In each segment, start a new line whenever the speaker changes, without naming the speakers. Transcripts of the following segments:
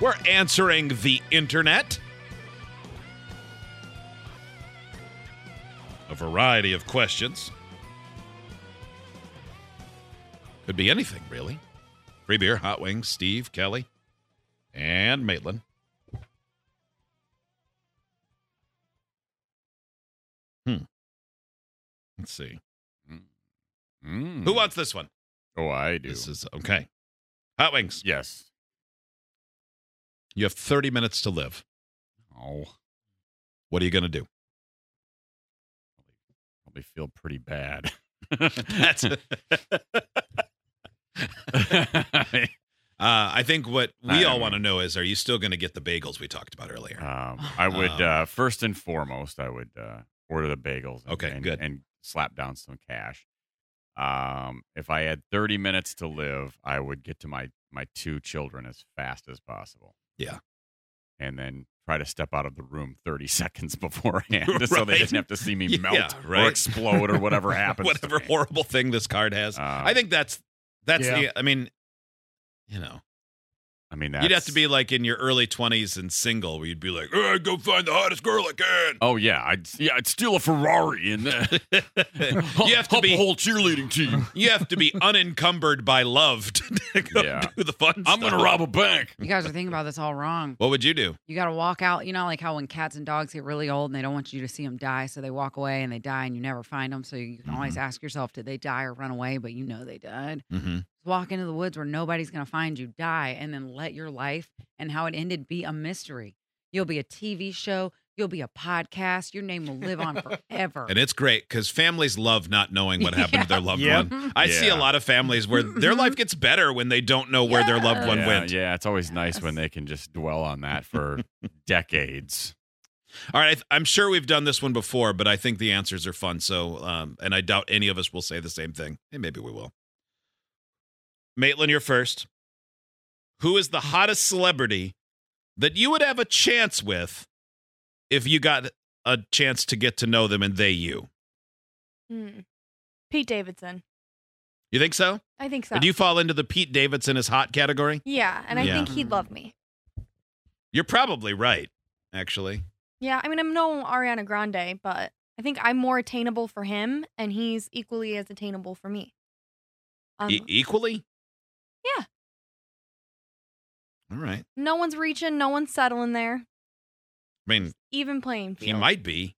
We're answering the internet. A variety of questions. Could be anything, really. Free beer, hot wings, Steve, Kelly, and Maitland. Hmm. Let's see.
Mm.
Who wants this one?
Oh, I do.
This is okay. Hot wings.
yes.
You have 30 minutes to live.
Oh,
What are you going to do?
probably feel pretty bad. Um,
That's Uh, I think what we
I
all
don't
want to know is, are you still going to get the bagels we talked about earlier?
um, I would
Um,
uh, first and foremost, I would uh, order the bagels. And,
Okay,
and,
good.
and slap down some cash. Um, if I had 30 minutes to live, I would get to my my two children as fast as possible.
Yeah.
and then try to step out of the room 30 seconds beforehand, just so they
Right.
didn't have to see me
Yeah,
melt
right.
or explode or whatever happens. to
Whatever
me.
horrible thing this card has.
Uh,
I think that's that's
Yeah.
the. I mean, you know,
I mean, that's,
you'd have to be like in your early twenties and single, where you'd be like, "All right, "Go find the hottest girl I can."
Oh yeah, I'd yeah, I'd steal a Ferrari and uh,
you have to
help the
be
whole cheerleading team.
you have to be unencumbered by love to go
Yeah.
do the fun.
I'm gonna
stuff.
rob a bank.
You guys are thinking about this all wrong.
What would you do?
You got to walk out. You know, like how when cats and dogs get really old and they don't want you to see them die, so they walk away and they die, and you never find them. So you can always
Mm-hmm.
ask yourself, did they die or run away? But you know they died.
Mm-hmm.
Walk into the woods where nobody's going to find you, die, and then let your life and how it ended be a mystery. You'll be a TV show. You'll be a podcast. Your name will live on forever.
And it's great because families love not knowing what happened to their loved
Yeah.
one. I see a
Yeah.
lot of families where their life gets better when they don't know where their loved one
yeah,
went.
Yeah, it's always nice when they can just dwell on that for decades.
All right, I th- I'm sure we've done this one before, but I think the answers are fun. So, um, and I doubt any of us will say the same thing. And maybe we will. Maitland, you're first. Who is the hottest celebrity that you would have a chance with if you got a chance to get to know them and they you?
Hmm. Pete Davidson.
You think so?
I think so.
Would you fall into the Pete Davidson is hot category?
yeah, and I
Yeah.
think he'd love me.
You're probably right, actually.
Yeah, I mean, I'm no Ariana Grande, but I think I'm more attainable for him, and he's equally as attainable for me. Um,
E- equally?
Yeah.
All right.
no one's reaching, no one's settling there.
I mean,
Even playing
He
field.
might be.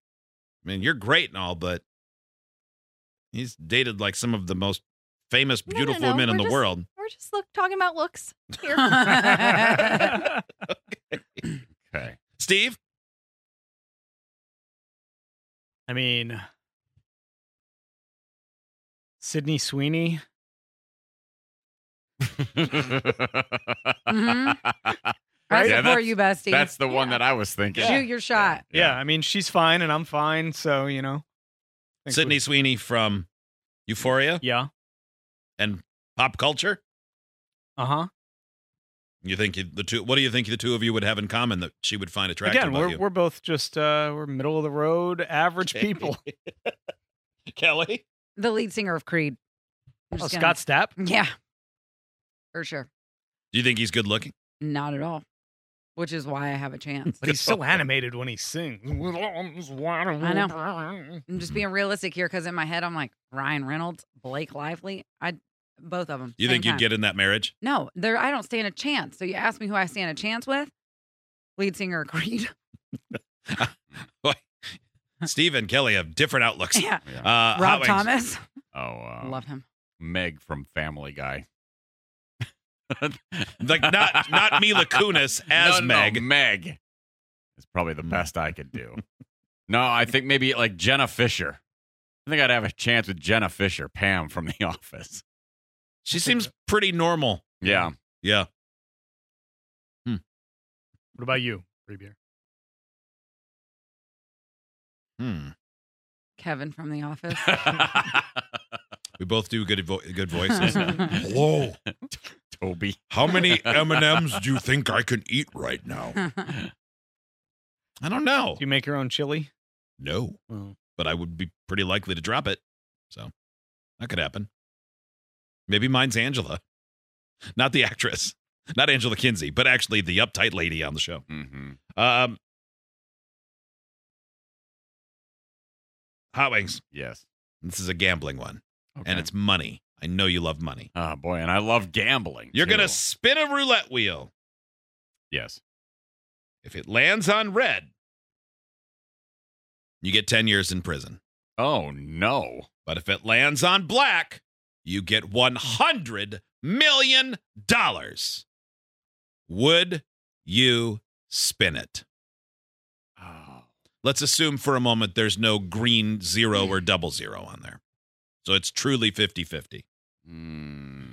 I mean, you're great and all, but he's dated like some of the most famous,
No, no,
beautiful
no.
women in
We're
the
just-
world.
We're just look talking about looks here.
Okay.
Steve,
I mean, Sydney Sweeney.
I Mm-hmm.
Right?
Yeah,
support
that's-
you, bestie.
That's the one
Yeah.
that I was thinking.
Shoot your shot.
Yeah. I mean, she's fine and I'm fine. So, you know. I think
Sydney
we-
Sweeney from Euphoria
Yeah.
and pop culture.
Uh huh.
You think you- the two? What do you think the two of you would have in common that she would find attractive?
Again,
about
we're,
you?
we're both just, uh, we're middle of the road, average people.
Kelly.
The lead singer of Creed. I'm
Oh,
just
Scott Stapp?
gonna- Yeah. For sure.
Do you think he's good looking?
Not at all. Which is why I have a chance.
But he's so animated when he sings.
I
I know.
I'm just being realistic here because in my head I'm like Ryan Reynolds, Blake Lively. I both of them.
You think you'd get in that marriage?
No, there. I don't stand a chance. So you ask me who I stand a chance with? Lead singer of Creed.
Steve and Kelly have different outlooks.
yeah.
Yeah.
Uh, Hot
Rob
Wings.
Thomas.
Oh, uh,
Love him.
Meg from Family Guy.
like not not Mila Kunis as
No, no,
Meg.
No, Meg is probably the best I could do. no, I think maybe like Jenna Fisher. I think I'd have a chance with Jenna Fisher, Pam from The Office.
She seems pretty normal.
Yeah.
Yeah.
What about you, Free Beer?
Hmm.
Kevin from The Office.
We both do good vo- good voices. Whoa.
Toby.
How many M&Ms do you think I can eat right now? I don't know.
Do you make your own chili?
No.
Oh.
But I would be pretty likely to drop it. So that could happen. Maybe mine's Angela. Not the actress. Not Angela Kinsey, but actually the uptight lady on the show.
Mm-hmm.
Um Hot Wings.
Yes.
This is a gambling one.
Okay.
And it's money. I know you love money.
oh boy, and I love gambling.
You're
too.
gonna spin a roulette wheel.
yes.
If it lands on red, you get 10 years in prison.
Oh no.
But if it lands on black, you get $100 million. Would you spin it?
Oh.
Let's assume for a moment there's no green zero or double zero on there. So it's truly 50 50.
Mm,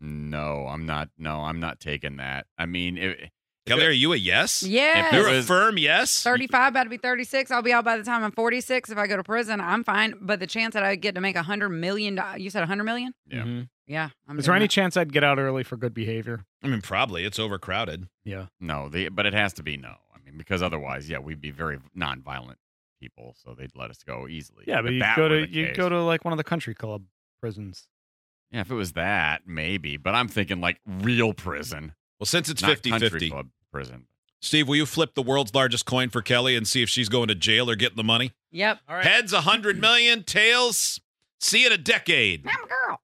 no, I'm not. No, I'm not taking that. I mean, it,
Kelly, are you a yes?
yes.
You're
It
a
was-
firm yes?
35, about to be 36. I'll be out by the time I'm 46. If I go to prison, I'm fine. But the chance that I get to make a $100 million, you said a $100 million?
Yeah.
Mhm.
Yeah. I'm
Is there
doing
any
that.
chance I'd get out early for good behavior?
I mean, probably. It's overcrowded.
Yeah.
no, the but it has to be no. I mean, because otherwise, yeah, we'd be very non-violent people, so they'd let us go easily.
Yeah, but
If
you
that
go
were
to
the
you
case-
go to like one of the country club prisons.
Yeah, if it was that, maybe. But I'm thinking like real prison,
Well, since it's
not
50
country
50,
club prison.
Steve, will you flip the world's largest coin for Kelly and see if she's going to jail or getting the money?
Yep. All right.
Heads a hundred million, tails see you in a decade.
I'm a girl.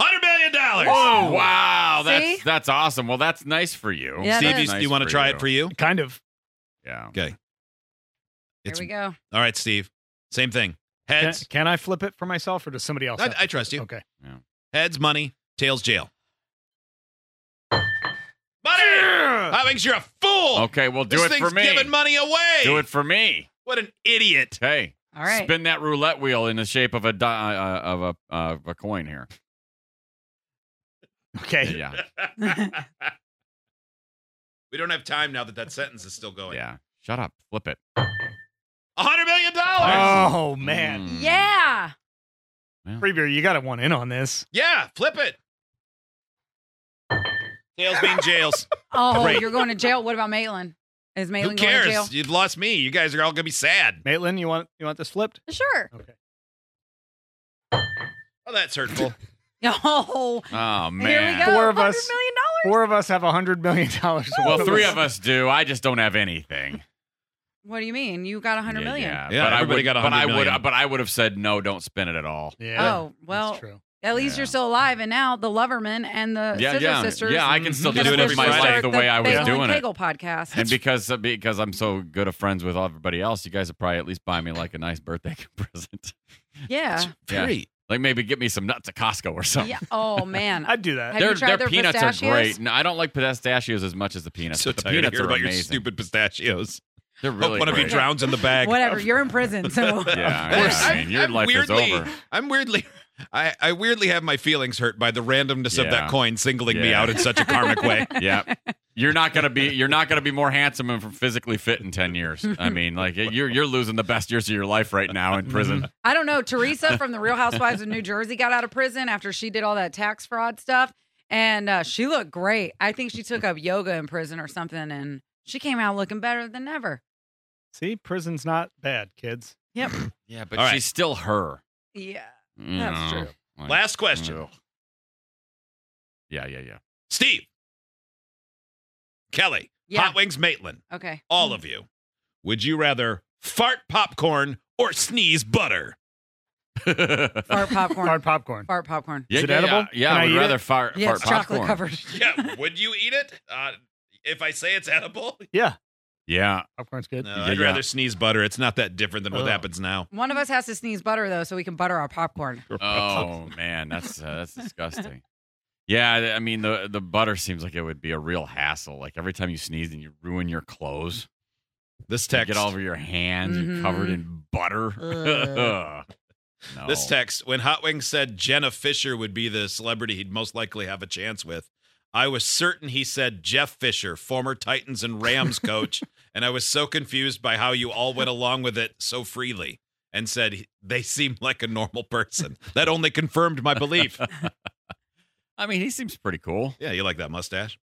Hundred million dollars.
Whoa! Wow, that's
See?
that's awesome. Well, that's nice for you.
Yeah,
Steve,
that
you,
is.
do you want to try it for you?
Kind of.
Yeah.
Here
It's-
we go.
All right, Steve. Same thing.
Can,
Heads.
can I flip it for myself or does somebody else?
I,
have
I
to-
trust you.
Okay.
Heads, money. Tails, jail. Money. I think you're a fool.
Okay, well, do
this
it
thing's
for me.
Giving money away.
Do it for me.
What an idiot.
Hey,
All right.
spin that roulette wheel in the shape of a di- uh, of a uh, of a coin here.
Okay.
Yeah,
Mm.
we don't have time now that that sentence is still going.
yeah. Shut up. Flip it.
A hundred million dollars.
Oh man.
Mm.
Yeah.
Free beer, you got to one in on this.
yeah. Flip it. Tails being jails.
Oh,
Great.
you're going to jail. What about Maitland? Is
Who
Maitland going to jail?
cares? You'd lost me. You guys are all gonna be sad.
Maitland, you want you want this flipped?
Sure.
Okay.
Oh, that's hurtful.
Oh,
Oh man.
here we go.
Four of
$100
us.
million.
Four of us have a hundred million dollars.
Well, three of us do. I just don't have anything.
What do you mean? You got a hundred
yeah,
million.
Yeah,
Yeah,
but I
everybody
would,
got a
but I
hundred
would,
million.
but I would have said no. Don't spin it at all.
Yeah.
Oh, well,
that's true.
At least
Yeah.
you're still alive, and now the Loverman and the
yeah,
Scissor
yeah,
Uh, Sisters.
yeah. I can still
Mhm.
do
Because
it
we're
every my
start
life the way I was
Bagel
doing
and
it.
Kegel podcast.
And because uh, because I'm so good of friends with everybody else, you guys would probably at least buy me like a nice birthday present.
yeah.
Yeah. Like maybe get me some nuts at Costco or something.
yeah. Oh man.
I'd do that.
Have you
their,
tried
their
their
peanuts
pistachios?
are great. No, I don't like pistachios as much as the peanuts.
so
but the
tired of
peanuts
hearing
are
about
amazing.
your stupid pistachios.
They're
Hope
really
one of
great.
you drowns in the bag.
Whatever. You're in prison, so
Yeah,
Of course.
I mean, your
I'm
life
weirdly,
is over.
I'm weirdly, I, I weirdly have my feelings hurt by the randomness of
Yeah.
that coin singling me
Yeah.
out in such a karmic way.
Yeah, you're not gonna be you're not gonna be more handsome and physically fit in ten years. I mean, like you're you're losing the best years of your life right now in prison.
I don't know. Teresa from the Real Housewives of New Jersey got out of prison after she did all that tax fraud stuff, and uh, she looked great. I think she took up yoga in prison or something, and she came out looking better than ever.
See, prison's not bad, kids.
Yeah, but
All right.
she's still her.
Yeah.
you
That's
know,
true.
like-
Last question,
Ugh. Yeah, yeah, yeah.
Steve, Kelly,
Yeah. Mm.
Hot Wings, Maitland,
Okay.
all of you. Would you rather fart popcorn or sneeze butter?
fart popcorn.
Hard popcorn.
Fart popcorn.
Yeah,
it
yeah,
edible?
Yeah, yeah
Can I
I would
eat
rather
it?
fart.
Yeah,
fart
it's chocolate
popcorn.
covered.
Yeah, would you eat it? Uh, if I say it's edible,
Yeah,
Yeah,
popcorn's good.
no,
Yeah,
I'd
yeah.
rather sneeze butter. It's not that different than what
Ugh.
happens now.
One of us has to sneeze butter though, so we can butter our popcorn.
Oh man, that's uh, that's disgusting. Yeah, I- I mean the the butter seems like it would be a real hassle. Like every time you sneeze and you ruin your clothes,
This
you
text.
get all over your hands, you're covered in butter.
Ugh.
no.
This text, when Hot Wings said Jenna Fisher would be the celebrity he'd most likely have a chance with, I was certain he said Jeff Fisher, former Titans and Rams coach, and I was so confused by how you all went along with it so freely and said "He- they seem like a normal person. That only confirmed my belief.
I mean, he seems pretty cool.
Yeah, you like that mustache?